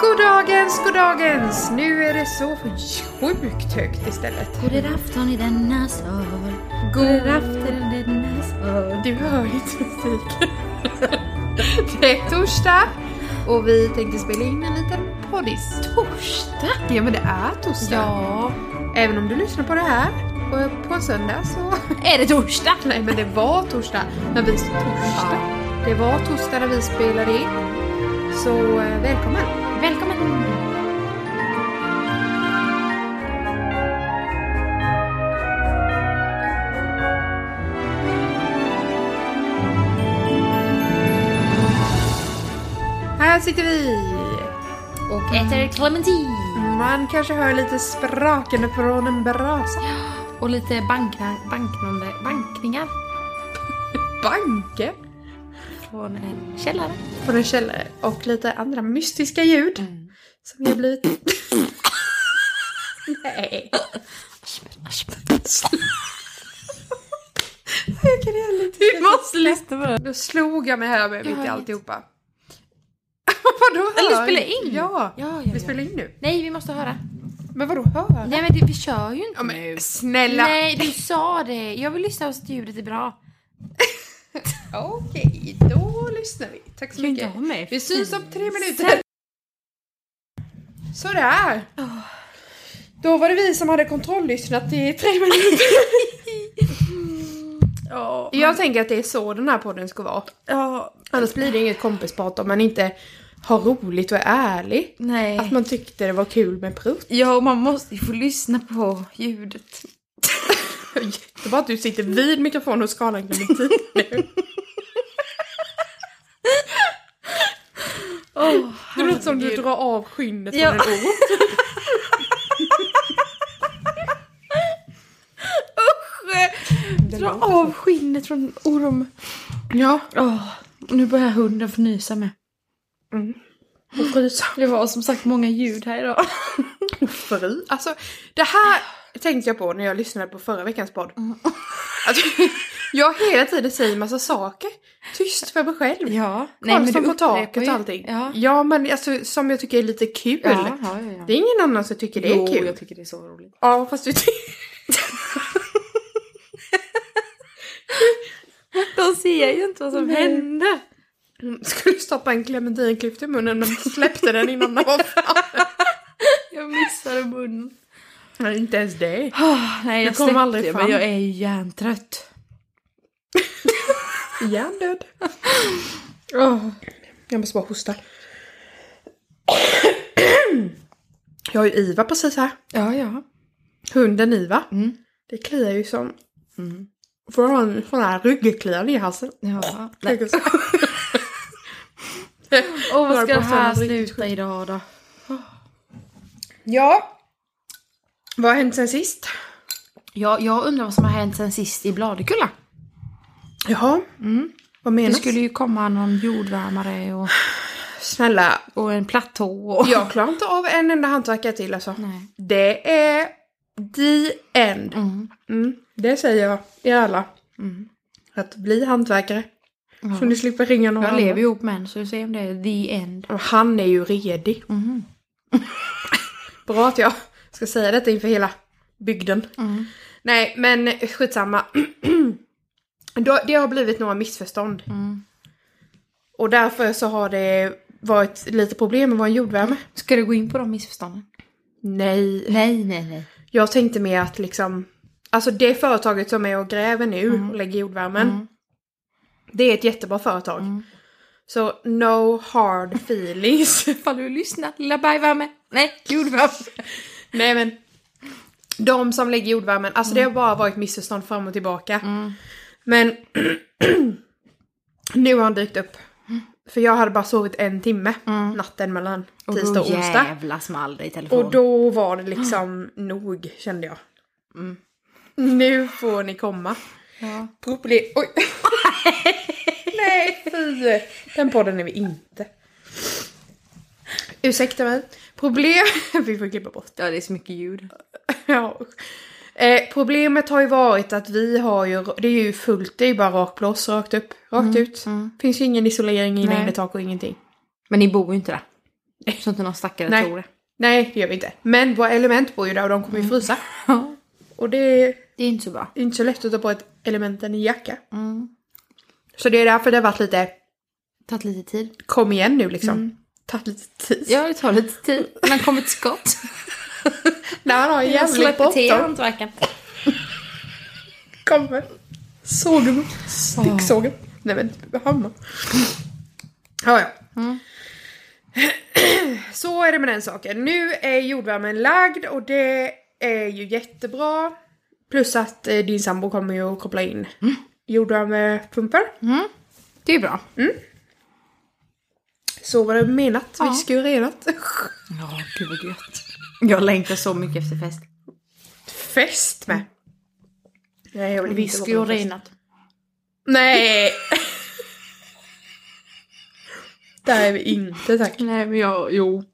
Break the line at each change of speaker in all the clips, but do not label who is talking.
Goddagens, goddagens! Nu är det så sjukt högt istället.
God afton i denna sal.
God
God afton i denna sal.
Du hör ju inte musiken. Det är torsdag och vi tänkte spela in en liten poddis.
Torsdag?
Ja men det är torsdag.
Ja.
Även om du lyssnar på det här på, på en söndag så...
Är det torsdag?
Nej men det var torsdag när vi... Torsdag? Det var torsdag när vi spelade in. Så eh, välkommen!
Välkommen.
Här sitter vi! Och
Äter clementin.
man kanske hör lite sprakande från en brasa.
Och lite banka, banknande, bankningar
Banken!
från en källare.
från en källare och lite andra mystiska ljud som jag blivit... Nej. Jag kan heller inte...
Du måste lyssna på det.
Då slog jag mig här med mitt i
vet.
alltihopa. vadå hör?
Eller spela in.
Ja.
Ja, ja,
Vi
ja.
spelar in nu.
Nej, vi måste höra.
Men vadå hör?
Nej, men det, vi kör ju inte
Ja,
nu.
men snälla.
Nej, du sa det. Jag vill lyssna så att ljudet är bra.
Okej, då lyssnar vi. Tack så
Kan inte
mycket.
ha mig.
Vi syns om tre minuter. Sådär. Då var det vi som hade kontrolllyssnat i tre minuter.
Ja.
Jag tänker att det är så den här podden ska vara.
Ja.
Annars blir det inget kompisprat om man inte har roligt och är ärlig.
Nej.
Att man tyckte det var kul med prutt.
Ja, och man måste ju få lyssna på ljudet.
Jättebra att du sitter vid mikrofonen och skalar en clementin nu.
Oh,
Det låter som du drar av skinnet
Ja.
från en orm.
Dra av skinnet från en orm.
Ja.
Åh, nu börjar hunden fnysa med.
Och frysa.
Mm. Det var som sagt många ljud här idag.
Fri. Alltså, det här tänkte jag på när jag lyssnade på förra veckans podd. Alltså, jag hela tiden säger massa saker. Tyst för mig själv.
Ja. Nej, men
Karlsson
du
på
upprepar
taket
ju-
och allting.
Ja.
men alltså, som jag tycker är lite kul.
Ja, ja, ja, ja.
Det är ingen annan som tycker det är kul.
tycker det är så roligt.
Ja, fast vi tycker...
De ser ju inte vad som
Nej.
händer.
Hon skulle stoppa en clementinklyfta i munnen men släppte den innan den var framme.
Jag missade munnen.
Nej, inte ens det.
Ah, nej, jag
kom
släppte
aldrig
det,
fram.
men jag är ju hjärntrött.
Hjärndöd.
Oh.
Jag måste bara hosta. Jag har ju IVA precis här.
Ja, ja.
Hunden IVA.
Mm.
Det kliar ju som...
Mm.
Får ha en sån här ryggkliande i halsen.
ja. Nej.
Tänker så.
Och vad
Varpå
ska det här
han var riktigt
sluta idag då?
Ja. Vad har hänt sen sist?
Ja, jag undrar vad som har hänt sen sist i Bladekulla.
Jaha. Vad
Mm. Det
menas?
skulle ju komma någon jordvärmare och,
Snälla,
och en platå. Och...
jag klarar inte av en enda hantverkare till alltså.
Nej.
Det är the end.
Mm.
Mm. Det säger jag i alla.
Mm.
Att bli hantverkare.
Ja.
Så ni slipper ringa någon
Jag
annan.
lever ihop med en så vi ser om det är the end.
Och Han är ju redig.
Mhm.
Bra att jag ska säga detta inför hela bygden.
Mm.
Nej, men skitsamma. Då- det har blivit några missförstånd.
Mm.
Och därför så har det varit lite problem med vår jordvärme.
Ska du gå in på de missförstånden?
Nej,
Nej, nej, nej.
Jag tänkte mer att liksom, alltså det företaget som är och gräver nu och lägger jordvärmen, det är ett jättebra företag. Så no hard feelings.
Ifall du lyssnar, lilla bergvärme. Nej, jordvärme.
Nej men, de som lägger jordvärmen, alltså det har bara varit missförstånd fram och tillbaka. Men nu har han dykt upp. För jag hade bara sovit en timme natten mellan tisdag och onsdag.
jävla small det i telefonen.
Och då var det liksom nog kände jag. Nu får ni komma.
Ja.
Proble- Oj! Nej, fy! Den podden är vi inte. Ursäkta mig. Problem... vi får klippa bort.
ja, det är så mycket ljud.
ja. eh, problemet har ju varit att vi har ju... Det är ju fullt, det är ju bara rakblås Mm, rakt upp, rakt ut. Finns ju ingen isolering, inga
Nej.
innertak och ingenting.
Men ni bor ju inte där.
Nej.
Så inte någon stackare
Nej.
tror det.
Nej, det gör vi inte. Men våra element bor ju där och de kommer ju frysa. Och det är
Det är inte så bra. Mm.
inte så lätt att ta på ett elementen i jacka. Så det är därför det har varit lite
Tagit lite tid.
kom igen nu liksom. Tagit lite tid.
Ja, det tar lite tid. Men kommit till skott.
Nej, han har jävligt bråttom.
hantverkaren.
Kommer. Sågen. Sticksågen. Nej men, hammar. Ja, ja. Så är det med den saken. Nu är jordvärmen lagd och det är ju jättebra. Plus att eh, din sambo kommer ju att koppla in jordvärmepumpar.
Det är bra.
Så var det menat.
Ja.
Vi skulle renat.
Ja, gud vad gött. Jag längtar så mycket efter fest.
Fest med. Nej, jag vill inte gå på en fest.
renat.
Nej! Där är vi inte tack.
Nej, men jag, jo.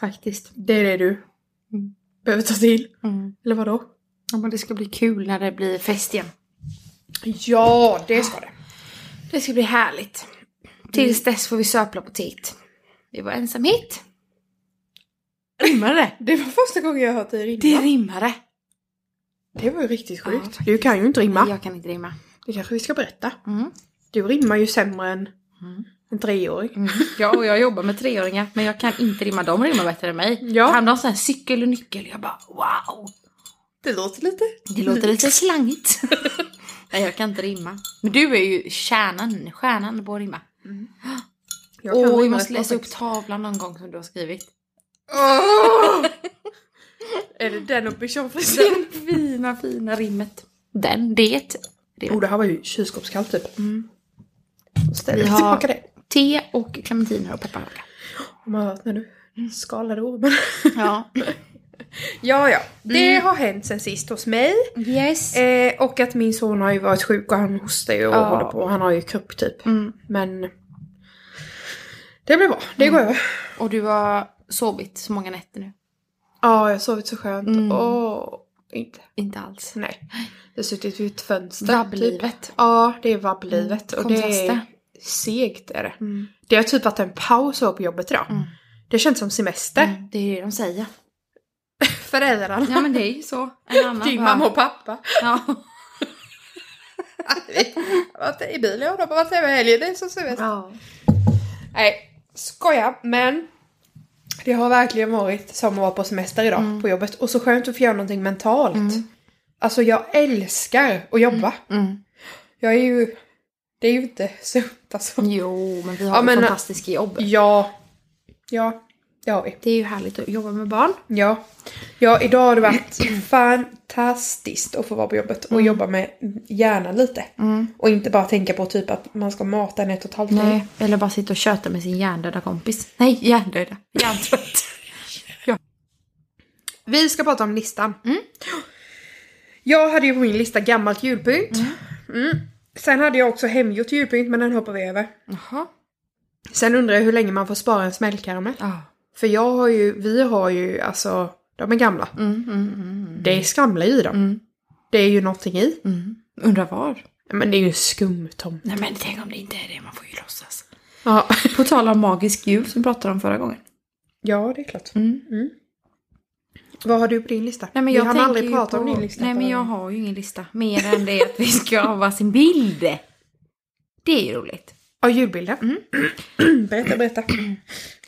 Faktiskt.
Det är det du behöver ta till.
Mm.
Eller vadå?
Ja, men det ska bli kul när det blir fest igen.
Ja, det ska det.
Det ska bli härligt. Tills dess får vi söpla på tit. Det var ensam hit. Rimmade
Det var första gången jag hört dig rimma.
det?
Det,
rimmade.
var ju riktigt
Ja,
sjukt.
faktiskt.
du kan ju inte rimma.
Jag kan inte rimma.
Det kanske vi ska berätta.
Mm.
Du rimmar ju sämre än
Mm.
en treåring.
Ja, och jag jobbar med treåringar, men jag kan inte rimma. De rimmar bättre än mig.
Ja.
Han har sån här cykel och nyckel. Jag bara wow.
Det låter lite.
Det låter lite slangigt. Nej, jag kan inte rimma. Men du är ju kärnan, stjärnan på att rimma.
Jag kan
Åh, vi
rimma
måste
ett par
läsa upp
sex.
tavlan någon gång som du har skrivit.
Åh! Är det den uppe i tjofrisen?
Det fina, fina rimmet. Den, det. det.
Oh, det här var ju kylskåpskallt typ.
Mm.
Ställ
Vi har-
tillbaka det.
Te och clementiner och pepparkaka.
Om man hört när du skalade ormen.
Ja.
ja, ja. Det har hänt sen sist hos mig.
Yes.
Eh, och att min son har ju varit sjuk och han hostar ju och
Ja.
håller på. Han har ju krupp typ.
Mm.
Men det blir bra. Det går över.
Och du har sovit så många nätter nu.
Ja, jag har sovit så skönt.
Mm.
Åh, inte.
Inte alls.
Nej. Jag har suttit vid ett fönster. Typ.
Rabblivet.
Ja, det är vabblivet. Och det är
Kontraster.
segt är det.
Mm.
Det har typ varit en paus här på jobbet idag.
Mm.
Det känns som semester.
Mm, Det är det de säger.
Föräldrarna.
Ja men det är ju så. En annan
Din
bara-
mamma och pappa.
Ja.
Vi har varit i bilen och de har varit hemma i helgen. Det är så semester.
ja.
Nej, skoja. Men det har verkligen varit som att vara på semester idag
Mm.
på jobbet. Och så skönt att få göra någonting mentalt. Alltså jag älskar att jobba.
Mm.
Jag är ju... Det är ju inte sunt alltså.
Jo men vi har
Ja,
ju
men-
fantastiska jobb.
Ja. Ja, det har vi.
Det är ju härligt att jobba med barn.
Ja. Ja, idag har det varit fantastiskt att få vara på jobbet
Mm.
och jobba med hjärnan lite. Och inte bara tänka på typ att man ska mata en ett och ett halvt år.
Nej. Mm. Eller bara sitta och köta med sin hjärndöda kompis. Nej hjärndöda. Hjärntrött.
Vi ska prata om listan.
Mm.
Jag hade ju på min lista gammalt julpynt. Mm. Sen hade jag också hemgjort julpynt men den hoppar vi över.
Jaha.
Sen undrar jag hur länge man får spara en smällkaramell.
Ja.
För jag har ju, vi har ju alltså, de är gamla.
Mm, mm, mm.
Det skramlar ju i dem.
Mm.
Det är ju någonting i.
Mm. Undrar var?
Men det är ju en skumtom.
Nej men tänk om det inte är det, man får ju låtsas.
Ja.
På tal om magisk jul som vi pratade om förra gången.
ja, det är klart.
Mm.
Vad har du på din lista?
Nej men
vi
jag
hann
tänker
aldrig
ju
prata
på...
om din lista.
Nej men
förra
jag
gången.
har ju ingen lista. Mer än det att vi ska ha varsin bild. Det är ju roligt.
Ja, julbilden.
Mm.
berätta, berätta.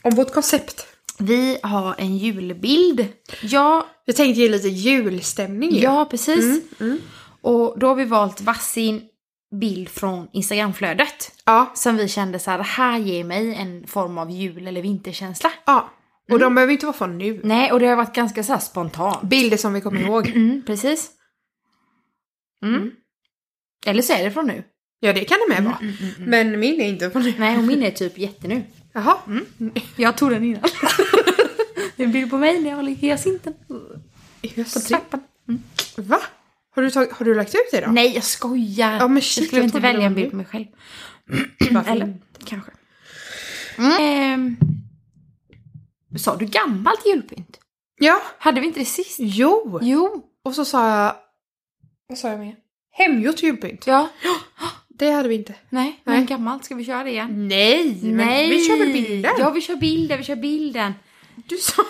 om vårt koncept.
Vi har en julbild. Ja,
Jag tänkte ge lite julstämning ju.
ja precis.
Mm, mm.
Och då har vi valt varsin bild från Instagramflödet.
Ja.
Som vi kände så här, det här ger mig en form av jul eller vinterkänsla.
ja. Och
Mm.
de behöver inte vara från nu.
Nej, och det har varit ganska så här spontant.
Bilder som vi kommer ihåg.
Mm, precis. Mm. Eller så är det från nu.
Ja, det kan det
Mm.
med vara. Men min är inte från nu.
Nej, och min är typ jättenu.
Jaha.
Mm. Jag tog den innan. det är en bild på mig när jag håller i hyacinten
Just
på
det.
trappan. Mm.
Va? Har du, tag- har du lagt ut det då?
Nej, jag skojar!
Ja, men
jag
shit,
skulle
jag
inte
trodde det
välja en
var
bild
du.
på mig själv.
Varför
Eller,
inte?
kanske. Mm. Ehm, sa du gammalt julpynt?
Ja.
Hade vi inte det sist?
Jo.
Jo.
Och så sa jag... Vad sa jag mer? Hemgjort julpynt.
Ja.
Det hade vi inte.
Nej, men gammalt. Ska vi köra det igen?
Nej! Men Vi kör väl bilden?
Ja, vi kör bilden, vi kör bilden.
Du sa...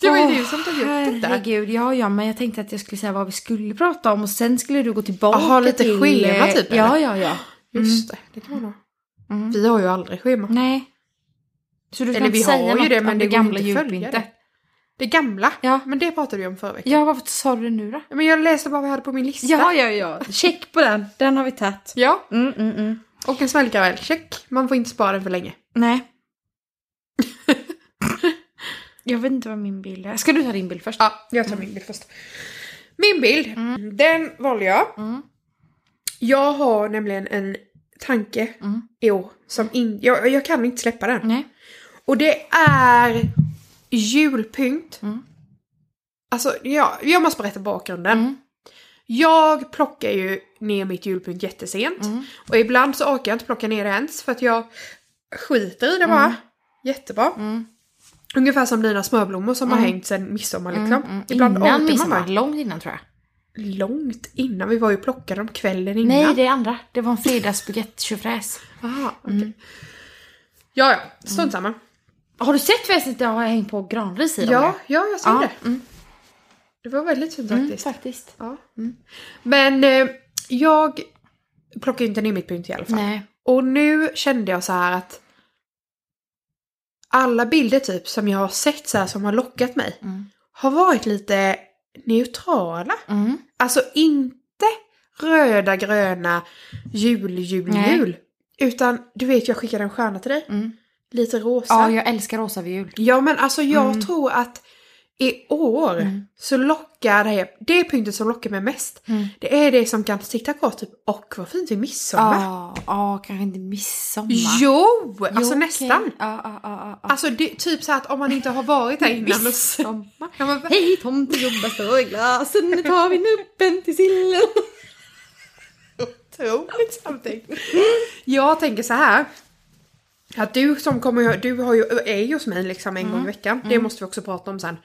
Det var ju
Åh,
du som tog upp detta.
Herregud, ja, ja, men jag tänkte att jag skulle säga vad vi skulle prata om och sen skulle du gå tillbaka
Jaha, lite
till... eh,
schema typ, eller?
Ja, ja, ja.
Just det, det kan
Mm.
man ha. Vi har ju aldrig schema.
Nej. Så du ska
Eller
inte
vi
säga
har ju
något
det men
om
det går
gamla
inte att följa
djupintet?
det. Det gamla?
Ja.
Men det pratade vi om förra veckan.
Ja, varför sa du det nu då?
Men jag läste bara vad jag hade på min lista.
ja, ja. Check på den. Den har vi tagit.
Ja,
Mm, mm, mm.
och en smällkaramell. Check. Man får inte spara den för länge.
Nej. jag vet inte vad min bild är. Ska du ta din bild först?
Ja, jag tar min bild först. Min bild, den valde jag.
Mm.
Jag har nämligen en tanke
Mm.
i år som in, jag, jag kan inte släppa den.
Nej.
Och det är julpynt.
Mm.
Alltså, ja, jag måste berätta bakgrunden.
Mm.
Jag plockar ju ner mitt julpynt jättesent.
Mm.
Och ibland så orkar jag inte plocka ner det ens för att jag skiter i det bara. Jättebra.
Mm.
Ungefär som dina smörblommor som har hängt sedan midsommar liksom.
Mm.
Ibland orkar
Innan
man
midsommar.
bara.
Långt innan tror jag.
Långt innan, vi var ju och plockade dem kvällen innan.
Nej, det är andra. Det var en fredagsbaguette-tjofräs.
Ah, okej.
Mm.
Ja, ja, strunt samma.
Har du sett förresten att jag har hängt på granris i dem? Mm,
Ja, ja, jag såg
Ja,
det. Det var väldigt fint
Mm,
faktiskt.
faktiskt.
Ja. mm. Men eh, jag plockar ju inte ner mitt pynt i alla fall.
Nej.
Och nu kände jag så här att alla bilder typ som jag har sett så här som har lockat mig
Mm.
har varit lite neutrala.
Mm.
Alltså inte röda, gröna, jul, jul,
Nej.
jul. Utan du vet jag skickade en stjärna till dig.
Mm.
Lite rosa.
Ja, jag älskar rosa vid jul.
Ja men alltså jag
Mm.
tror att i år så lockar det, det pyntet som lockar mig mest,
Mm.
det är det som kan sitta kvar typ och vad fint vid midsommar.
Ja, ja, kanske inte midsommar.
Jo! Alltså
okej.
nästan.
Ja, ja, ja, ja.
Alltså det, typ så här att om man inte har varit där innan och så,
Midsommar.
kan man,
Hej tomtegubbar, slå i glasen, nu tar vi nuppen till sillen.
Otroligt samtidigt. Jag tänker så här. Att du som kommer, du har ju, är ju hos mig liksom en gång
Mm.
i veckan. Det måste vi också prata om sen.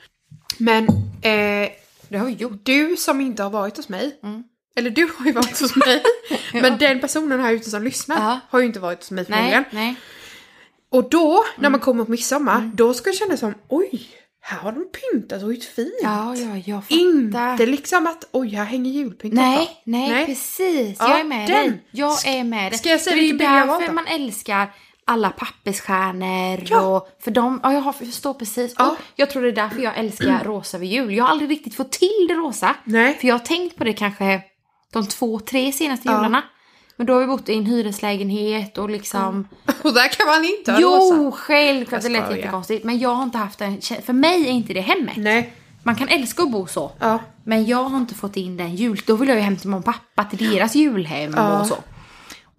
Men eh,
Det har vi gjort.
du som inte har varit hos mig.
Mm.
Eller du har ju varit hos mig. Men den personen här ute som lyssnar
Ja.
har ju inte varit hos mig förmodligen.
Nej, Mm. nej.
Och då, när man kommer på midsommar, då ska det kännas som oj, här har de pyntat och gjort fint.
Ja, ja, jag fattar.
Inte liksom att oj, här hänger julpynt. uppe.
Nej, nej,
Nej.
precis.
Ja,
jag är med
den.
dig. Jag är med dig.
ska jag säga
För det är
vilken bild jag valt
därför
då?
man älskar alla pappersstjärnor
Ja.
och för dem, ja jag har- förstår precis.
Ja. Mm.
Och jag tror det är därför jag älskar rosa vid jul. Jag har aldrig riktigt fått till det rosa.
Nej.
För jag har tänkt på det kanske de två, tre senaste
Ja.
jularna. Men då har vi bott i en hyreslägenhet och
Mm.
liksom...
Och där kan man inte ha rosa.
Jo, självklart. Det
Jag
lät
skojar.
jättekonstigt. Men jag har inte haft en... För mig är inte det hemmet.
Nej.
Man kan älska att bo så.
Ja.
Men jag har inte fått in den jul... Då vill jag ju hem till mamma och pappa till deras julhem
Ja.
och så.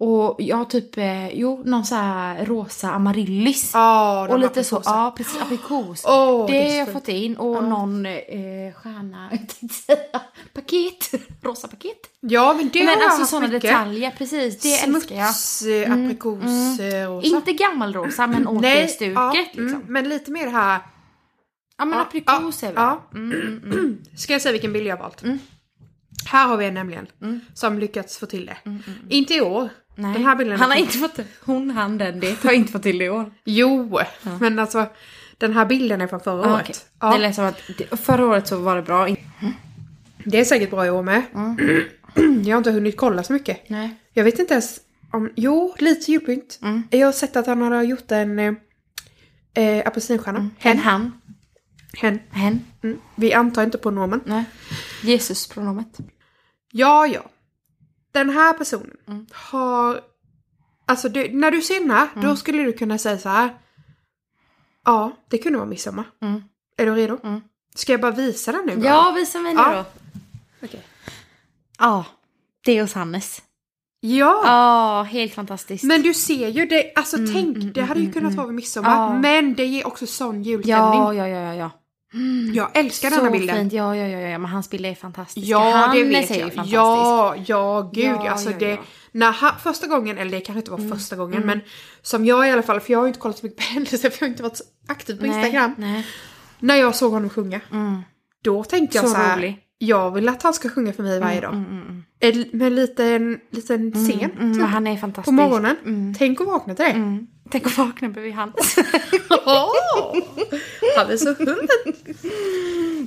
Och jag har typ, eh, jo, någon så här rosa amaryllis.
Ja, de
och
har
lite så,
aprikoser.
ja precis, aprikos.
Åh,
det,
det är så
har jag
fint.
fått in och någon eh, stjärna, jag tänkte säga, paket, rosa paket.
Ja, men det
Men
har
alltså
jag
sådana
haft mycket.
detaljer, precis, det älskar jag. Mm.
Smuts, eh, aprikos, eh, rosa.
Inte gammalrosa men återstuket
ja,
liksom.
mm, men lite mer det här.
Ja men
Ja,
aprikos är väl.
ja.
mm,
Ska jag säga vilken bild jag har valt? Här har vi en nämligen.
Mm.
Som lyckats få till det. Inte i år.
Nej.
Den här bilden
han har inte fått, hon, han, den, det har inte fått till det i år.
Jo, men alltså den här bilden är från förra året.
Ja, Ah, okej.
Ja,
Det lät som att det- förra året så var det bra.
det är säkert bra i år med.
Mm.
Jag har inte hunnit kolla så mycket.
Nej.
Jag vet inte ens om... Jo, lite julpynt.
Mm.
Jag har sett att han har gjort en eh, eh, apelsinstjärna.
Hen,
Hen.
han,
Hen.
hen.
Mm. Vi antar inte pronomen.
Nej. Jesuspronomet.
Ja, ja. Den här personen
Mm.
har... Alltså du, när du ser den här,
Mm.
då skulle du kunna säga så här. Ja, det kunde vara midsommar.
Mm.
Är du redo?
Mm.
Ska jag bara visa den nu? bara?
Ja, visa mig nu
Ja.
då.
Okej.
Ja, det är hos Hannes.
Ja!
Ja, Mm, helt fantastiskt.
Men du ser ju, det, alltså tänk, det hade ju kunnat vara vid midsommar.
mm. Ja.
Men det ger också sån julstämning.
ja, ja, ja, ja, ja.
Jag älskar den
Så
här bilden.
fint. Ja, ja, ja, ja, men hans bilder är fantastiska.
Ja, det
Hannes
vet
är ju
jag.
fantastisk.
Ja, ja, gud.
Ja,
alltså
ja,
det,
ja. Mm.
När han, första gången, eller det kanske inte var första gången, men som jag i alla fall, för jag har ju inte kollat så mycket på händelser, för jag har inte varit så aktiv på
nej,
Instagram.
Nej.
När jag såg honom sjunga,
Mm.
då tänkte jag
Så
så, här,
rolig.
jag vill att han ska sjunga för mig varje dag.
Mm, mm, mm.
Ett- Med en liten, liten scen
Mm, mm, men
typ,
han är fantastisk.
på morgonen.
Mm.
Tänk att vakna till det.
Mm. Tänk att vakna bredvid hans.
Åh! Han är så hunden.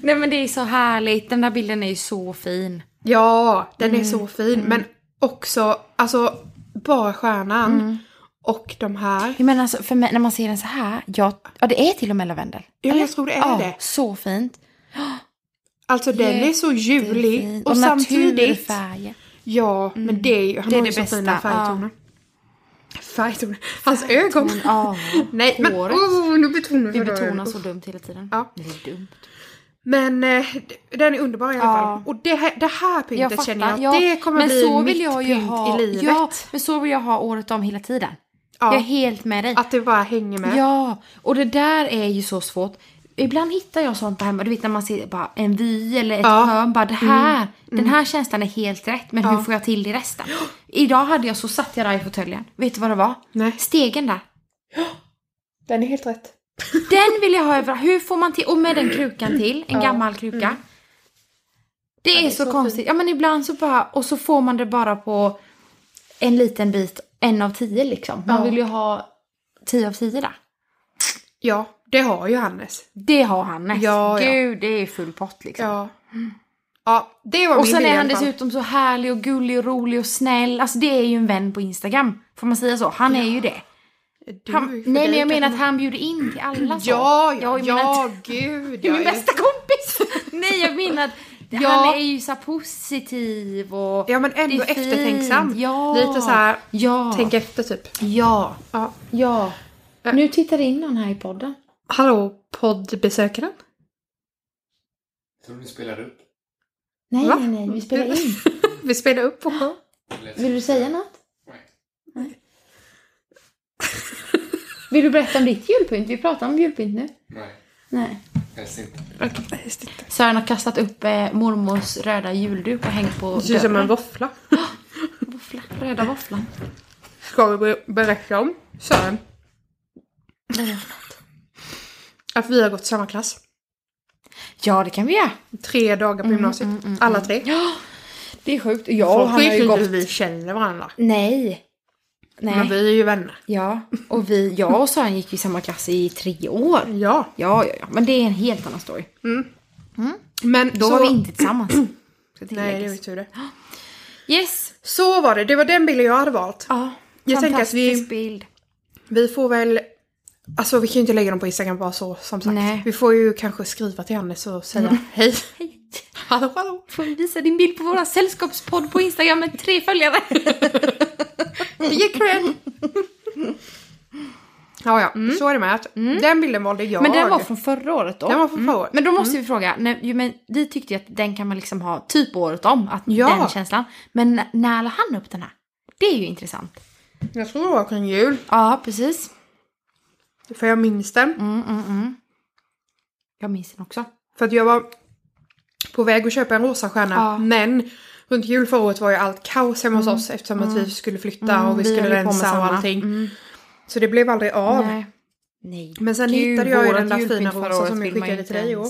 Nej men det är så härligt. Den där bilden är ju så fin.
Ja, den är
Mm,
så fin. Men också, alltså, bara stjärnan
Mm.
och de här.
Jag menar alltså, för mig, när man ser den så här. Ja, ja det är till och med lavendel.
Ja,
Eller?
jag tror det är
ja,
det.
så fint.
Alltså den är så
Fin.
ljuvlig. Och, samtidigt.
naturfärger.
Ja, men det är ju, han
Mm. Det är
har ju
det
så
bästa,
fina färgtoner. Färgtoner. Hans ögon.
Ja,
Nej, men
håret.
åh, nu betonar
Vi
det.
betonar så dumt hela tiden.
Ja.
Det är dumt.
Men eh, d- den är underbar i alla
Ja.
fall. Och det här, det här
Jag
pyntet
fattar.
känner jag, att
ja,
det kommer
men
bli
så
mitt
vill jag ju
pynt
ha,
i livet.
Ja, men så vill jag ha året om hela tiden.
Ja.
Jag är helt med dig.
Att det bara hänger med.
Ja, och det där är ju så svårt. Ibland hittar jag sånt där hemma, du vet när man ser bara en vy eller ett
Ja.
hörn, bara det här, den här känslan är helt rätt, men hur får jag till det i resten? Idag hade jag så satt jag där i fåtöljen, vet du vad det var?
Nej.
Stegen där.
Den är helt rätt.
Den vill jag ha överallt, hur får man till, och med den krukan till, en gammal kruka. Det, är så,
så
konstigt, ja men ibland så bara, och så får man det bara på en liten bit, en av tio liksom. Man
Ja.
vill ju ha tio av tio där.
Ja, det har ju Hannes.
Det har han nästan.
Ja, ja.
Gud, det är full pott liksom.
Ja. Ja, det var
Och
min
sen
bild i
är han
alla fall.
dessutom så härlig och gullig och rolig och snäll. Alltså det är ju en vän på Instagram. Får man säga så? Han är ju det.
Du,
Han,
för
nej
dig
men jag menar att
kanske-
han bjuder in till alla så.
Ja, ja,
jag menar
ja,
inte-
gud.
Det är
ja,
min
ja.
bästa kompis! nej jag menar att
Ja.
han är ju så här positiv och...
Ja, men ändå
det är fint.
eftertänksam.
Ja.
Lite så här,
Ja.
tänk efter typ.
Ja.
Ja.
Ja. Nu tittar det in någon här i podden.
Hallå, poddbesökaren?
Tror ni spelar upp?
Nej,
Va?
nej, nej. Vi spelar in.
Vi spelar upp på show.
Vill du säga något?
Nej.
Vill du berätta om ditt julpynt? Vi pratar om julpynt nu.
Nej,
Nej.
helst inte.
Sören har kastat upp eh, mormors röda julduk och hängt på
Det ser ut som en
dörren.
våffla.
Våffla. Röda våfflan.
Ska vi ber- berätta om Sören? Att vi har gått samma klass.
Ja, det kan vi göra.
Tre dagar på gymnasiet. Alla tre.
Det är sjukt. Ja,
Folk
han har
vet
ju
inte hur
gått...
vi känner varandra.
Nej. Nej.
Men vi är ju vänner.
Ja, och vi, jag och Sören gick i samma klass i tre år.
Ja.
Ja, ja, ja. Men det är en helt annan story.
Men
Då
så...
var vi inte tillsammans. Ska
Nej, det
tilläggas.
är ju tur det.
Yes.
Så var det. Det var den bilden jag hade valt.
Ja.
Jag tänker att
fantastisk
vi-
bild.
Vi får väl... Alltså vi kan ju inte lägga dem på Instagram bara så, som sagt.
Nej. Mm.
Vi får ju kanske skriva till Hannes och säga hej.
Hej.
Hallå, hallå.
Får vi visa din bild på våra sällskapspodd på Instagram med tre följare?
Ge cred. ja, ja. Så är det med att den bilden valde jag.
Mm. Men den var från förra året då?
Den var från förra året.
Men då måste vi fråga, när, ju, men vi tyckte ju att den kan man liksom ha typ året om, att
Ja.
den känslan. Men n- när la han upp den här? Det är ju intressant.
Jag tror det var kring jul.
Ja, precis.
För jag minns den.
Mm, mm, mm. Jag minns den också.
För att jag var på väg att köpa en rosa stjärna.
Ja. Mm.
Men runt jul förra året var ju allt kaos hemma hos oss eftersom att vi skulle flytta och vi,
vi höll
skulle
ju på med
rensa och
samma. Mm.
allting. Så det blev aldrig av.
Nej. Nej.
Men sen hittade jag ju
vårat
den där
julpynt
fina
förra
rosa
året
som jag
vill man ju
skickade till
inte
dig i år.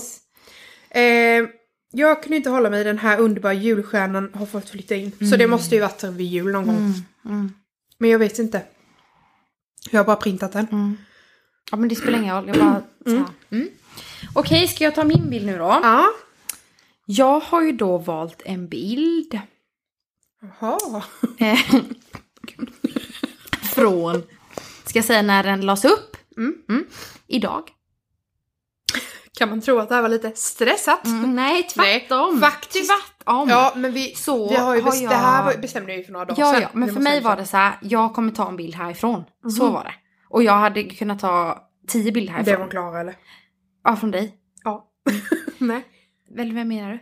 ens.
Eh, jag kunde inte hålla mig, den här underbara julstjärnan har fått flytta in. Så
Mm.
det måste ju varit vid jul någon gång. Men jag vet inte. Jag har bara printat den.
Mm. Ja, men det spelar ingen roll. Jag bara så här. Mm. Okej, ska jag ta min bild nu då?
Ja.
Jag har ju då valt en bild.
Jaha.
Eh, Från, ska jag säga när den lades upp? Mm. Idag.
Kan man tro att det här var lite stressat?
Mm, Nej, tvärtom.
Nej, faktiskt.
Tvärtom.
Ja, men vi,
Så
vi har ju
har
best-
jag-
det här var- bestämde vi ju för några dagar
ja,
sedan.
ja, men
Vi
för
måste
mig
liksom-
var Mhm. det så här, jag kommer ta en bild härifrån. Så var det. Och jag hade kunnat ta tio bilder
Blev
härifrån.
hon klar eller?
Ja, från dig.
Ja. nej.
Eller vem menar du?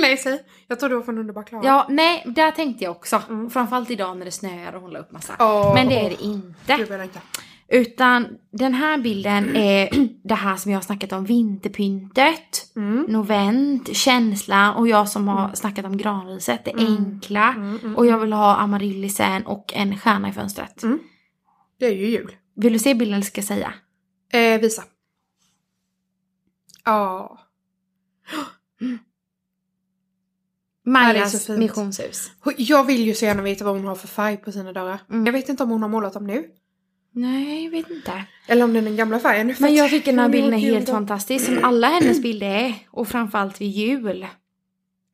nej, säg. Jag tror det var från Underbar Klara.
Ja, nej, där tänkte jag också.
Mm.
Framförallt idag när det snöar och hon la upp massa.
Åh,
Men det är det
åh.
inte.
Gud, vad jag längtar.
Utan den här bilden är det här som jag har snackat om, vinterpyntet.
Mm.
novent, känslan och jag som har snackat om granriset, det enkla.
Mm, mm,
Och jag vill ha amaryllisen och en stjärna i fönstret.
Mm. Det är ju jul.
Vill du se bilden eller ska jag säga?
Eh, visa. Ja. Ja, det är
Majas
så fint.
missionshus.
Jag vill ju så gärna veta vad hon har för färg på sina dörrar.
Mm.
Jag vet inte om hon har målat dem nu.
Nej, jag vet inte.
Eller om det är den gamla färgen. Nu
Men
fattar
jag tycker den här
hur
bilden är
kul
helt
det-
fantastisk. Som alla hennes bilder är. Och framförallt vid jul.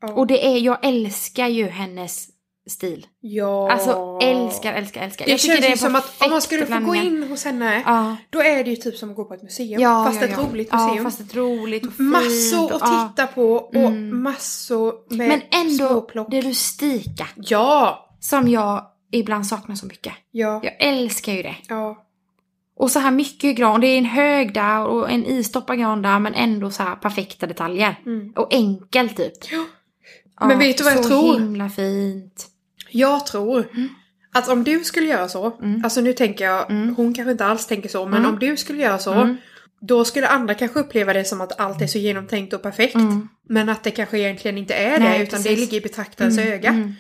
Ja.
Och det är, jag älskar ju hennes stil.
ja.
Alltså älskar, älskar, älskar.
Det känns ju som att om man
perfekt
skulle få gå
blandningen.
in hos henne
Ja.
då är det ju typ som att gå på ett museum.
Ja,
fast
ja,
ett
ja.
roligt
Ja,
museum.
fast ett roligt och fint.
massor
och-
att
ja.
titta på och
Mm.
massor med
Men ändå
småplock.
det rustika.
Ja!
Som jag ibland saknar så mycket.
Ja.
Jag älskar ju det.
ja.
Och så här mycket gran. Det är en hög där och en istoppad gran där. Men ändå så här perfekta detaljer.
Mm.
Och enkel typ.
Ja. Men vet du vad jag tror?
Så himla fint.
Jag tror
Mm.
att om du skulle göra så,
Mm.
alltså nu tänker jag,
Mm.
hon kanske inte alls tänker så, men
Mm.
om du skulle göra så,
Mm.
då skulle andra kanske uppleva det som att allt är så genomtänkt och perfekt.
Mm.
Men att det kanske egentligen inte är det,
Nej,
utan det
precis.
ligger i betraktarens
Mm,
öga.
mm.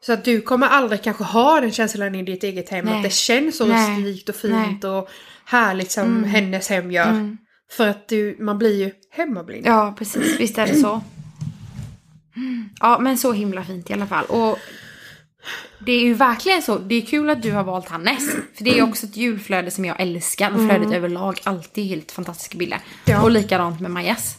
Så att du kommer aldrig kanske ha den känslan i ditt eget hem,
Nej.
att det känns så
Nej.
rustikt och fint och härligt som
Mm.
hennes hem gör.
Mm.
För att du, man blir ju hemmablind.
Ja, precis. Visst är det så. Ja, men så himla fint i alla fall. Och det är ju verkligen så. Det är kul att du har valt Hannes. För det är ju också ett julflöde som jag älskar. Och flödet överlag. Alltid helt fantastiska bilder.
Mm. Ja.
Och likadant med Majas.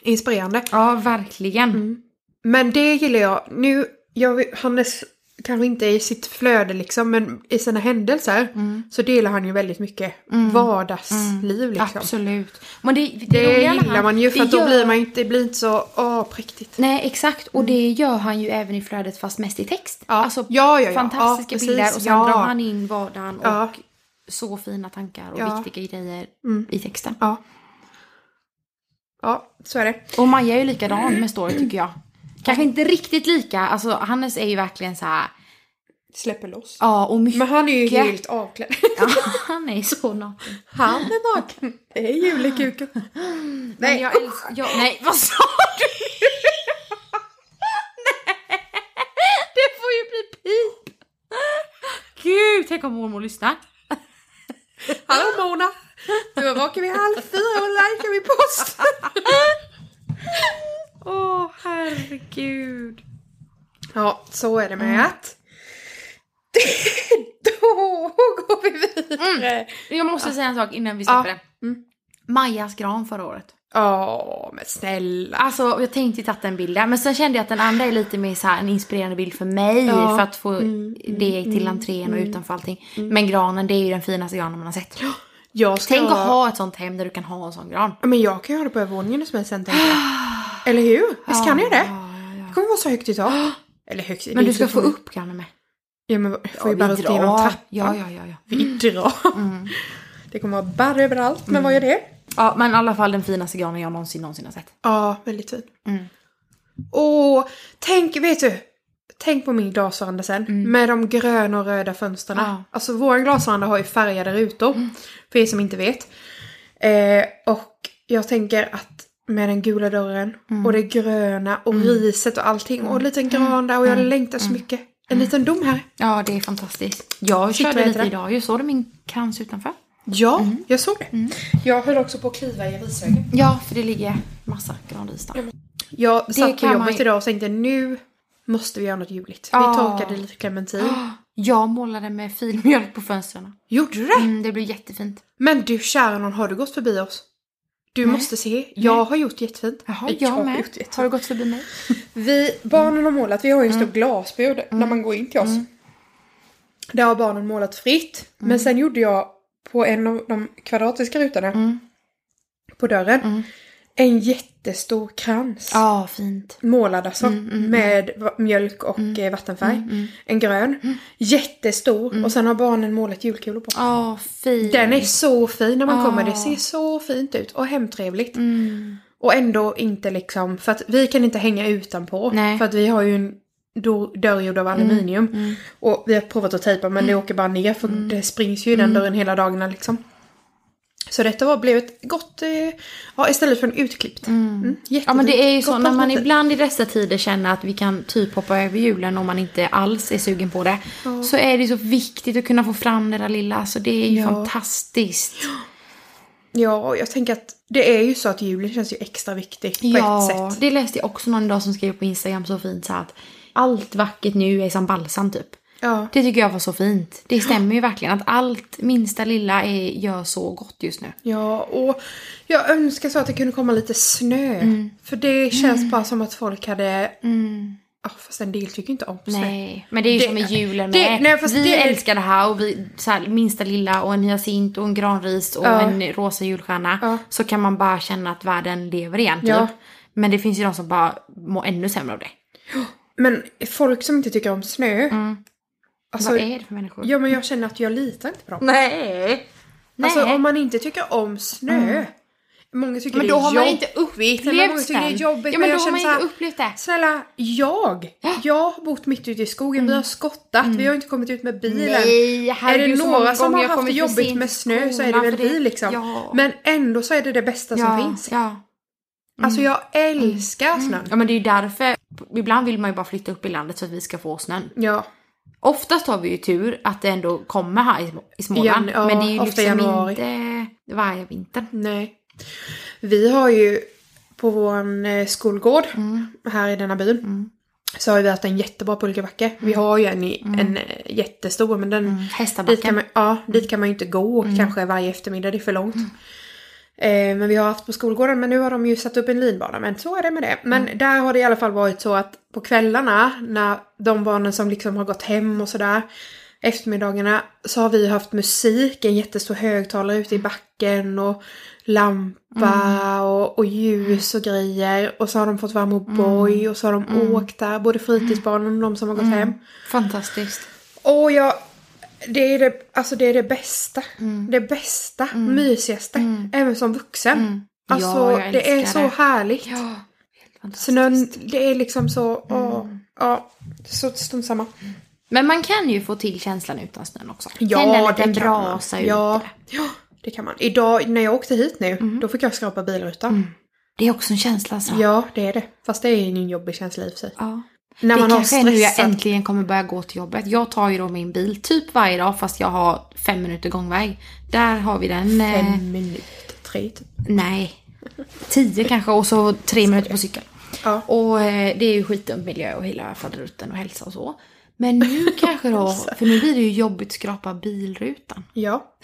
Inspirerande.
Ja, verkligen.
Mm, Men det gillar jag. Nu, jag, vet- Hannes kanske inte i sitt flöde liksom, men i sina händelser
Mm.
så delar han ju väldigt mycket vardagsliv liksom.
Absolut. Men det, det,
Det
roliga med
gillar
han,
man ju för
det
att då
gör-
blir man inte, det blir inte så apräktigt.
Nej, exakt. Och det gör han ju även i flödet fast mest i text.
Mm.
Alltså,
Ja. Ja, ja, ja.
fantastiska
Ja, precis.
bilder och sen
Ja.
drar han in vardagen och
Ja.
så fina tankar och
Ja. Mm.
viktiga grejer i texten.
Ja. Ja, så är det.
Och Maja är ju likadan med story tycker jag. Kanske inte riktigt lika, alltså Hannes är ju verkligen så här,
Släpper loss.
ja och mycket.
Men han är ju
Mycket.
helt avklädd.
Ja, han är ju så naken.
Han är naken. Det är julekuken.
Men
Nej,
jag älskar, jag, nej vad sa du? Nej, det får ju bli pip. Gud, tänk om mormor lyssnar.
hallå Mona! Nu vaknar vi halv fyra och likar vi posten.
Åh herregud.
Ja, så är det med att... Då går vi vidare!
Jag måste säga en sak innan vi släpper
Ja.
det.
Mm.
Majas gran förra året.
Ja, men snälla.
Alltså jag tänkte ju tagit den bilden men sen kände jag att den andra är lite mer så här en inspirerande bild för mig
Ja.
för att få
Mm,
det till entrén och utanför allting. Men granen det är ju den finaste granen man har sett.
Jag ska
Tänk att
ha...
ha ett sånt hem där du kan ha en sån gran.
Ja, Men jag kan ju ha det på övervåningen hos mig sen tänker jag. Eller hur? Visst kan jag det?
Ja, ja,
Det
ja.
kommer vara så högt i tak. Eller högt i
Men
det
du
är
ska
så
få
otroligt.
upp granen med.
Ja men jag får ju bara upp det genom
Ja,
trappan.
ja, Mm. ja, ja.
Vi drar. Det kommer vara barr överallt,
Mm.
men vad gör det?
Ja men i alla fall den finaste granen jag någonsin, någonsin har sett.
Ja, väldigt fin.
Mm.
Åh, tänk, vet du? Tänk på min glasveranda sen. Med de gröna och röda fönstren.
Mm. Ja. Mm.
Alltså vår glasveranda har ju färgade rutor. För er som inte vet. Eh, och jag tänker att med den gula dörren
Mm.
och det gröna och riset och allting. Och en liten gran där och jag
Mm.
längtar så mycket. En liten dom här.
Ja det är fantastiskt. Jag
Shit, vad heter
körde lite
det?
idag ju, såg du min krans utanför?
Ja, Mm. jag såg det.
Mm.
Jag höll också på att kliva i rishögen.
Ja för det ligger massa granris där.
Jag satt på
kan man
jobbet
ju-
idag och tänkte nu måste vi göra något juligt.
Ja.
Vi torkade lite clementin.
Jag målade med filmjölk på fönstren.
Gjorde du det?
Mm, det blev jättefint.
Men du kära någon, har du gått förbi oss? Du måste se. Jag har gjort jättefint.
Jaha,
Vi
jag
har
med.
gjort jättefint. Mm.
Har du gått förbi mig?
Vi, barnen har målat, vi har ju en stor glasbod när man går in till oss. Mm. Där har barnen målat fritt. Men sen gjorde jag på en av de kvadratiska rutorna på dörren en jättestor krans.
Ja, fint.
Målad alltså. med va- mjölk och eh, vattenfärg. En grön. Jättestor. Och sen har barnen målat julkulor på.
Ja, fint.
Den är så fin när man
Ja. Mm.
kommer. Det ser så fint ut och hemtrevligt. Och ändå inte liksom, för att vi kan inte hänga utanpå.
Nej. Mm,
För att vi har ju en dor- dörr gjord av aluminium. Och vi har provat att tejpa men det åker bara ner för
Mm.
det springs ju i den dörren hela dagarna liksom. Så detta var, blev ett gott, eh, ja istället för en utklippt. Mm,
Ja men det är ju
jättefint.
så
Gott
när man
alternativ.
ibland i dessa tider känner att vi kan typ hoppa över julen om man inte alls är sugen på det. Så Alltså, är det så viktigt att kunna få fram det där lilla, så det är ju
Ja.
fantastiskt.
Ja, jag tänker att det är ju så att julen känns ju extra viktig på ett
Ja,
sätt.
det läste jag också någon dag som skrev på Instagram så fint så här att allt vackert nu är som balsam typ.
Ja.
Det tycker jag var så fint. Det stämmer ju verkligen att allt minsta lilla är, gör så gott just nu.
ja, och jag önskar så att det kunde komma lite snö.
Mm.
För det känns bara som att folk hade... Ja, fast en del tycker inte om snö.
Nej, men det är ju
Det-
som med julen
det-
med.
nej, fast
vi
det-
älskar det här och vi, så här, minsta lilla och en hyacint och en granris och
Ja.
en rosa julstjärna.
Ja.
Så kan man bara känna att världen lever igen typ.
Ja.
Men det finns ju de som bara mår ännu sämre av det.
Men folk som inte tycker om snö. Alltså,
Vad Mm. är det för människor?
ja men jag känner att jag litar inte på dem.
Nej! Nej. Mm.
Alltså om man inte tycker om snö. Många tycker
Men
det
då
är
har man
jobb-
inte
Nej,
upplevt
men Många tycker det är
den.
jobbigt.
Ja, men, då
jag
har
känner
man inte
så här,
upplevt det.
Snälla, jag! Jag har bott mitt ute i skogen, vi har skottat, vi har inte kommit ut med bilen.
Mm. Nej,
är det
herregud, så många
några som
gånger
har
jag
haft det
kommit för
jobbigt
sent
med
till
snö så är det
skolan
väl
för
vi
det-
liksom.
Ja.
Men ändå så är det det bästa som finns.
Ja.
Alltså jag älskar snön.
ja, men det är ju därför. Ibland vill man ju bara flytta upp i landet så att vi ska få snön.
Ja,
Oftast har vi ju tur att det ändå kommer här i, i Småland.
Jan- ja,
men det är ju
ofta
liksom
januari.
inte varje vinter.
nej. Vi har ju på vår eh, skolgård här i denna byn så har vi haft en jättebra pulkerbacke. Vi har ju en, i- en eh, jättestor men den Dit kan,
Hästabacken.
man, ja, dit kan man ju inte gå kanske varje eftermiddag, det är för långt. Eh, men vi har haft på skolgården, men nu har de ju satt upp en linbana, men så är det med det. Men där har det i alla fall varit så att på kvällarna, när de barnen som liksom har gått hem och sådär, eftermiddagarna, så har vi haft musik, en jättestor högtalare ute i backen och lampa och, och ljus och grejer. Och så har de fått vara med och boj och så har de åkt där, både fritidsbarnen och de som har gått hem.
Fantastiskt.
Åh, jag... Det är det, alltså det är det bästa.
Mm.
Det bästa, mysigaste. Även som vuxen.
Mm. Ja,
Alltså,
jag
det är
älskar
så
det.
härligt.
Ja. helt fantastiskt.
Snön, det är liksom så... Åh,
Mm.
ja, så stund samma.
Men man kan ju få till känslan utan snön också.
Ja,
Tända
det
lite
kan man.
brasa ute.
Ja, ja, det kan man. Idag, när jag åkte hit nu,
Mm.
då fick jag skrapa bilrutan.
Det är också en känsla alltså.
Ja, det är det. Fast det är ju en jobbig känsla i och för sig.
Ja.
När
det
man har
kanske är nu jag
stressat.
äntligen kommer börja gå till jobbet. Jag tar ju då min bil typ varje dag fast jag har fem minuter gångväg. Där har vi den. Eh,
En minut, tre typ.
nej, tio kanske och så tre minuter på cykel.
Ja.
Och eh, det är ju skitdumt miljö och hela faderuttan och hälsa och så. Men nu kanske då, för nu blir det ju jobbigt att skrapa bilrutan.
Ja.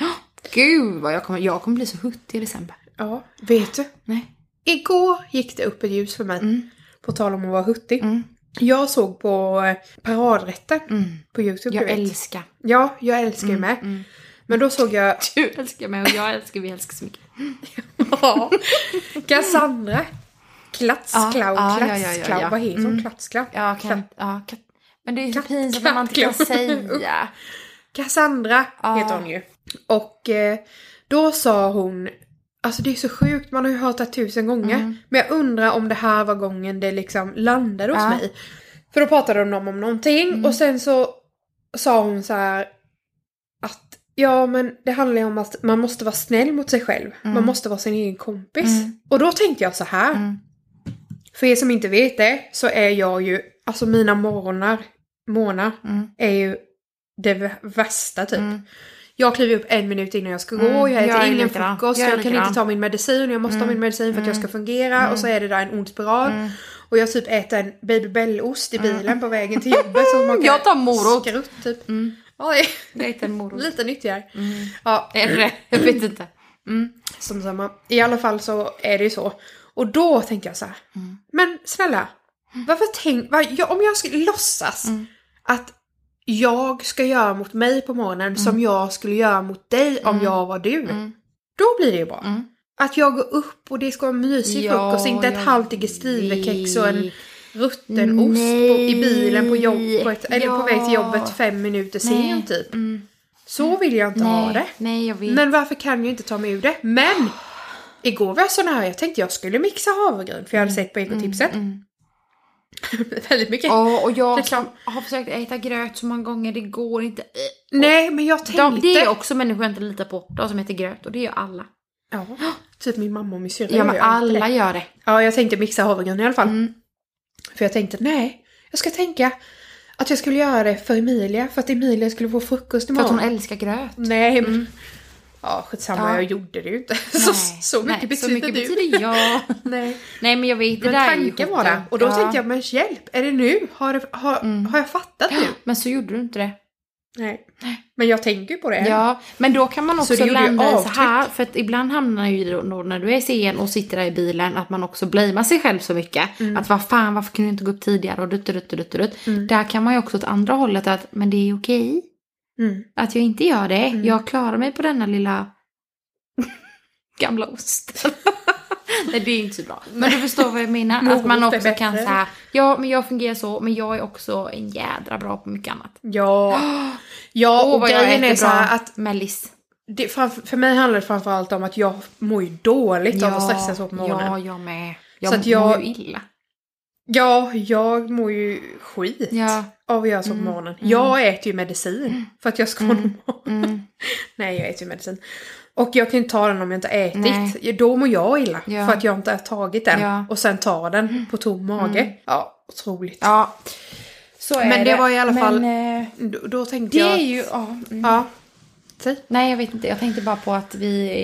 Gud vad jag kommer, jag kommer bli så huttig i december.
ja, vet du?
Nej.
Igår gick det upp ett ljus för mig.
Mm.
På tal om att vara hurtig. Jag såg på eh, Paradrätten på Youtube.
Mm. Jag Mm,
du vet.
älskar.
ja, jag älskar ju med. Men då såg jag
Du älskar mig och jag älskar, vi älskar så mycket.
Cassandra. Klatsklav,
Mm. Ja, ja, ja, ja, ja. Mm.
klatsklav. Vad heter hon? Klatsklav?
Ja, kan, ja, kan, men det är ju så
Katt-
pinsamt att man inte kan
kattklapp.
säga.
Cassandra
Ja.
heter hon ju. Och eh, då sa hon, alltså det är så sjukt, man har ju hört det tusen gånger.
Mm.
Men jag undrar om det här var gången det liksom landade hos
Ja. Mm.
mig. För då pratade de om någonting och sen så sa hon så här att ja men det handlar ju om att man måste vara snäll mot sig själv.
Mm.
Man måste vara sin egen kompis. Och då tänkte jag så här. För er som inte vet det så är jag ju, alltså mina morgnar, morgnar
Mm.
är ju det v- värsta typ. Jag kliver upp en minut innan jag ska gå,
Mm,
jag äter
jag är
ingen
likadan.
frukost,
Jag är
jag, kan
likadan. Mm.
inte ta min medicin, jag måste ta min medicin för att jag ska fungera och så är det där en ond spiral. Och jag typ äter en Baby Bell-ost i bilen på vägen till jobbet som man
Mm. Jag tar morot. Mm.
skrutt typ. Oj,
Det heter en morot.
lite nyttigare. Ja,
Eller, jag vet inte.
som samma. I alla fall så är det ju så. Och då tänkte jag så här.
Mm.
Men snälla, varför tänk, va, jag, om jag skulle låtsas
Mm.
att jag ska göra mot mig på morgonen
Mm.
som jag skulle göra mot dig om jag var du. Då blir det ju bra. Att jag går upp och det ska vara en mysig
Mm. Ja,
frukost, inte ett
jag
halvt digestivekex och en
vet.
rutten ost på, i bilen på, jobb, på ett, eller på
Ja.
väg till jobbet fem minuter sen
Nej. Mm.
typ. Så vill jag inte ha det.
nej jag vet.
Men varför kan jag inte ta mig ur det? Men! Igår var jag så nära, jag tänkte jag skulle mixa havregryn för jag hade sett på ekotipset. Väldigt mycket.
Ja, Mm. och jag
Reklam.
som har försökt äta gröt så många gånger, det går inte. Eh,
Nej men jag tänkte...
De, det är också människor jag inte litar på, de som äter gröt. Och det gör alla.
ja, typ min mamma och min syrra
Ja, men
gör alltid
alla Mm.
det.
gör det.
Ja jag tänkte mixa havregryn i alla fall. För jag tänkte nej, jag ska tänka att jag skulle göra det för Emilia för att Emilia skulle få frukost
För att
imorgon.
hon älskar gröt.
Nej men... Ja, skitsamma,
Ja.
jag gjorde det ju inte. Så, så mycket
nej,
betyder
så mycket
du.
betyder jag.
Nej.
Nej men jag vet, det
Men
där är ju
tanken var
skiten.
det. Och då
Ja. Mm.
tänkte jag, men hjälp, är det nu? Har, det- har, har jag fattat nu?
Men så gjorde du inte det.
Nej. Men jag tänker ju på det. än.
Ja, men då kan man också
det gjorde ju
landa i så här,
avtryck.
för att ibland hamnar ju då när du är sen och sitter där i bilen att man också blamear sig själv så mycket.
Mm.
Att vad fan, varför kunde du inte gå upp tidigare och dutt, dutt, dutt, dutt. Där kan man ju också åt andra hållet att, men det är okej
Mm.
att jag inte gör det. Jag klarar mig på denna lilla gamla osten. Nej, det är ju inte så bra. Men du förstår vad jag menar. Att man
Morot är
också kan
bättre.
säga, ja men jag fungerar så, men jag är också en jädra bra på mycket annat.
Ja, ja
Åh,
och
vad jag
grejen
äter
är så
bra
här att
mellis.
det, framför, för mig handlar det framförallt om att jag mår ju dåligt av att stressa så på morgonen.
Ja, jag med. Jag
Så
så
att
att
jag-
mår ju illa.
Ja, jag mår ju skit
Ja. Mm.
av att göra så på morgonen. Jag äter ju medicin för att jag ska må normalt.
Mm.
Nej, jag äter ju medicin. Och jag kan ju inte ta den om jag inte har ätit. Då mår jag illa
Ja.
för att jag inte har tagit den.
Ja. Mm.
Och sen tar den på tom mage. Ja, otroligt.
Ja. Så är
Men det
det
var i alla
Men,
fall-
eh,
Då, då tänkte
Det
jag...
är ju... Typ, Ja. mm.
Ja. Säg.
Nej, jag vet inte. Jag tänkte bara på att vi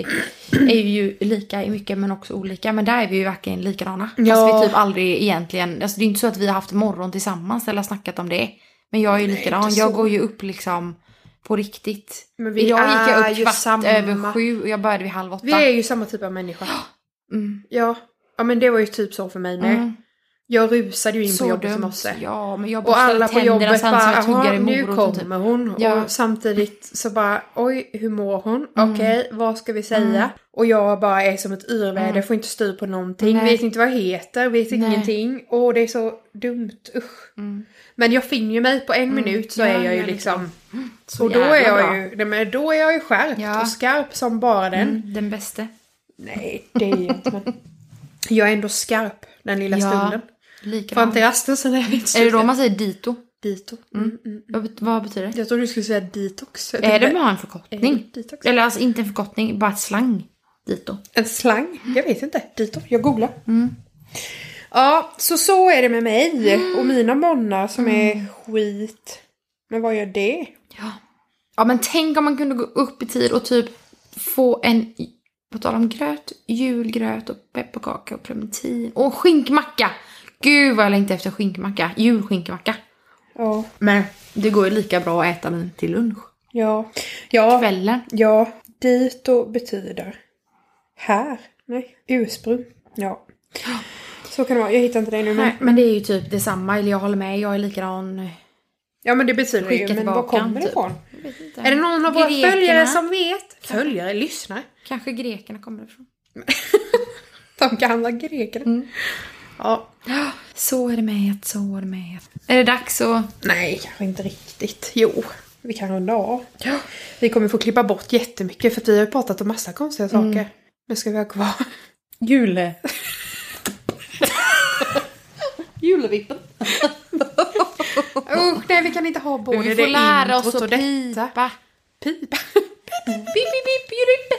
är ju lika i mycket men också olika. Men där är vi ju verkligen likadana. Fast
Ja.
vi typ aldrig egentligen... Alltså det är inte så att vi har haft morgon tillsammans eller snackat om det. Men jag är ju likadan.
inte
Jag
så.
går ju upp liksom på riktigt.
Men vi
Idag gick
är
jag upp
ju
kvart
samma.
över sju och jag började vid halv åtta.
Vi är ju samma typ av människa.
Mm.
Ja. ja, men det var ju typ så för mig med.
Mm.
Jag rusade ju in
Så
på jobbet som
dumt.
måste.
Ja, men jag
Och
borstade
alla på
tänderna
jobbet
samtidigt
bara,
som jag
jaha,
tuggade typ."
nu
moroten,
kommer hon.
Ja. Mm.
Och samtidigt så bara, oj, hur mår hon? Okej, vad ska vi säga? Och jag bara är som ett yrväder, får inte styr på någonting,
Mm. Nej.
vet inte vad jag heter, vet
Nej. Mm.
ingenting. Och det är så dumt, usch. Men jag finner ju mig på en minut så
Ja,
är jag ju
ja,
liksom...
Så
Och då är
jävla bra.
jag ju, nej, men då är jag ju skärpt
Ja.
och skarp som bara den.
Mm, den bäste.
Nej, det är jag inte. Men jag är ändå skarp den lilla stunden. Fram
Likadan.
till rasten sen är jag inte så
Är det då man Mm. säger dito?
Dito.
Vad, bet- vad betyder det?
Jag Eh, trodde du skulle säga detox. Jag
Är
tänkte-
det bara en
Är
förkortning?
det detox?
Eller alltså inte en förkortning, bara ett slang. Dito.
En slang? Jag vet inte. Dito. Jag googlar. Ja, så så är det med mig och mina morgnar som är skit. Men vad gör det?
Ja. Ja men tänk om man kunde gå upp i tid och typ få en, på tal om gröt, julgröt och pepparkaka och clementin. Och skinkmacka! Gud vad jag längtar efter skinkmacka. Julskinkmacka.
Ja.
Men det går ju lika bra att äta den till lunch.
Ja. Ja.
Kvällen.
Ja. Dito betyder här. Nej. Ursprung. Ja. Så kan det vara. Jag hittar inte det nu. Men...
Nej, men det är ju typ detsamma. Eller jag håller med, jag är likadan.
Ja, men det betyder
Skicka
ju. Men var
tillbaka,
kommer det
typ.
ifrån?
Jag vet inte.
Är det någon av våra
Grekerna?
följare som vet? Följare? Lyssnare?
Kanske grekerna kommer ifrån.
De gamla grekerna. Ja.
Så är det med ett, så är det med ett. Är det dags att...
Nej, kanske inte riktigt. Jo, vi kan runda av. Vi kommer få klippa bort jättemycket för att vi har ju pratat om massa konstiga saker.
Mm.
Men ska vi ha kvar?
Jule... Julvippen.
Usch, nej vi kan inte ha både
Vi får lära oss
introt
att
och detta.
pipa.
Pipa.
Pip, pip, pip, jurippe.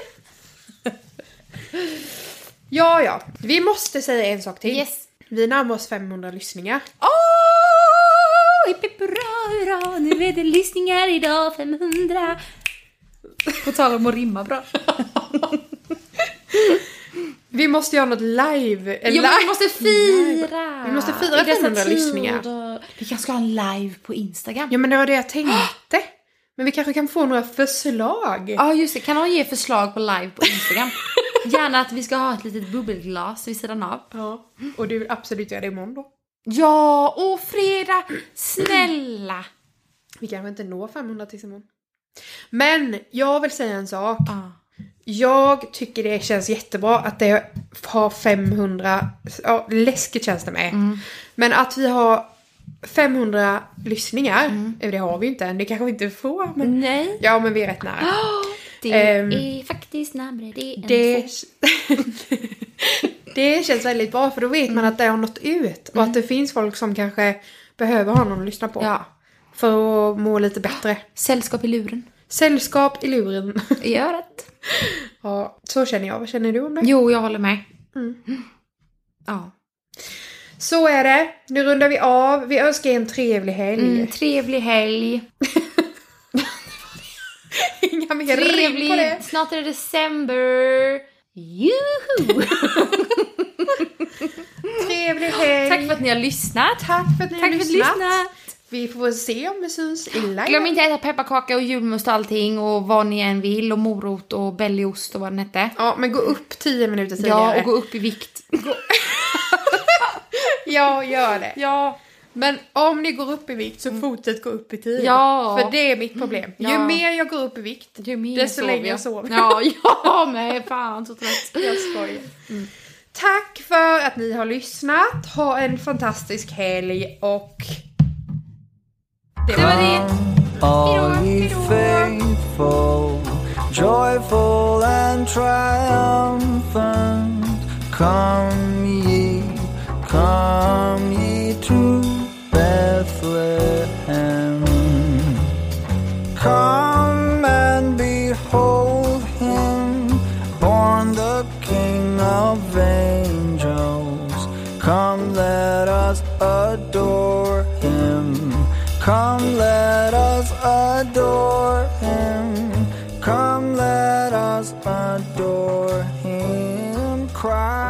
Ja, ja. Vi måste säga en sak till.
Yes.
Vi närmar oss 500 lyssningar.
Åh, hipp, hipp, hurra, hurra. Nu är det lyssningar idag, 500. På tal om att rimma bra.
Vi måste göra något live. en
Jo, men vi
live-
måste fira!
Vi måste fira
I dessa
500
tider.
lyssningar.
Vi kanske ska ha en live på Instagram.
Ja, men det var det jag tänkte. Men vi kanske kan få några förslag.
Ja just det, kan någon ge förslag på live på Instagram? Gärna att vi ska ha ett litet bubbelglas vid sidan av.
Ja. Och du vill absolut göra det imorgon då.
Ja, och fredag! Snälla!
Vi kanske inte når 500 tills imorgon. Men jag vill säga en sak.
Ja.
Jag tycker det känns jättebra att det har 500, ja läskigt känns det med.
Mm.
Men att vi har 500 lyssningar, eller det har vi ju inte än, det kanske vi inte får. Men,
Mm. Nej.
Ja men vi är rätt nära.
Det
Ehm,
är faktiskt närmare det än
Det,
två.
det känns väldigt bra för då vet
Mm.
man att det har nått ut och att det finns folk som kanske behöver ha någon att lyssna på.
Ja.
För att må lite bättre.
Sällskap i luren.
Sällskap i luren.
I örat.
Ja, så känner jag. Vad känner du om det?
Jo, jag håller med. Mm. Ja.
Så är det. Nu rundar vi av. Vi önskar er en trevlig helg.
Mm, trevlig helg.
Inga ha mer rim på det.
Trevligt! Snart är det december! Juhu!
Trevlig helg.
Tack för att ni har lyssnat!
Tack för att ni
Tack
har
för att ni
lyssnat.
lyssnat.
Vi får väl se om vi syns i live.
Glöm inte att äta pepparkaka och julmust och allting och vad ni än vill och morot och belgiost och vad den hette.
Ja, men gå upp 10 minuter tidigare.
Ja, och gå upp i vikt.
ja, gör det.
Ja.
Men om ni går upp i vikt så fotet går upp i tid.
Mm. Ja. Mm.
För det är mitt problem.
Ja.
Ju mer jag går upp i vikt,
Ju mer
desto längre jag sover.
Ja, ja men fan så trött.
Jag skojar.
Mm.
Tack för att ni har lyssnat. Ha en fantastisk helg och...
Det var det.
Are ye faithful, joyful, and triumphant? Come ye, come ye to Bethlehem. Come and behold him, born the King of angels. Come, let us adore him. Come, let us adore him. Come, let us adore him. Christ.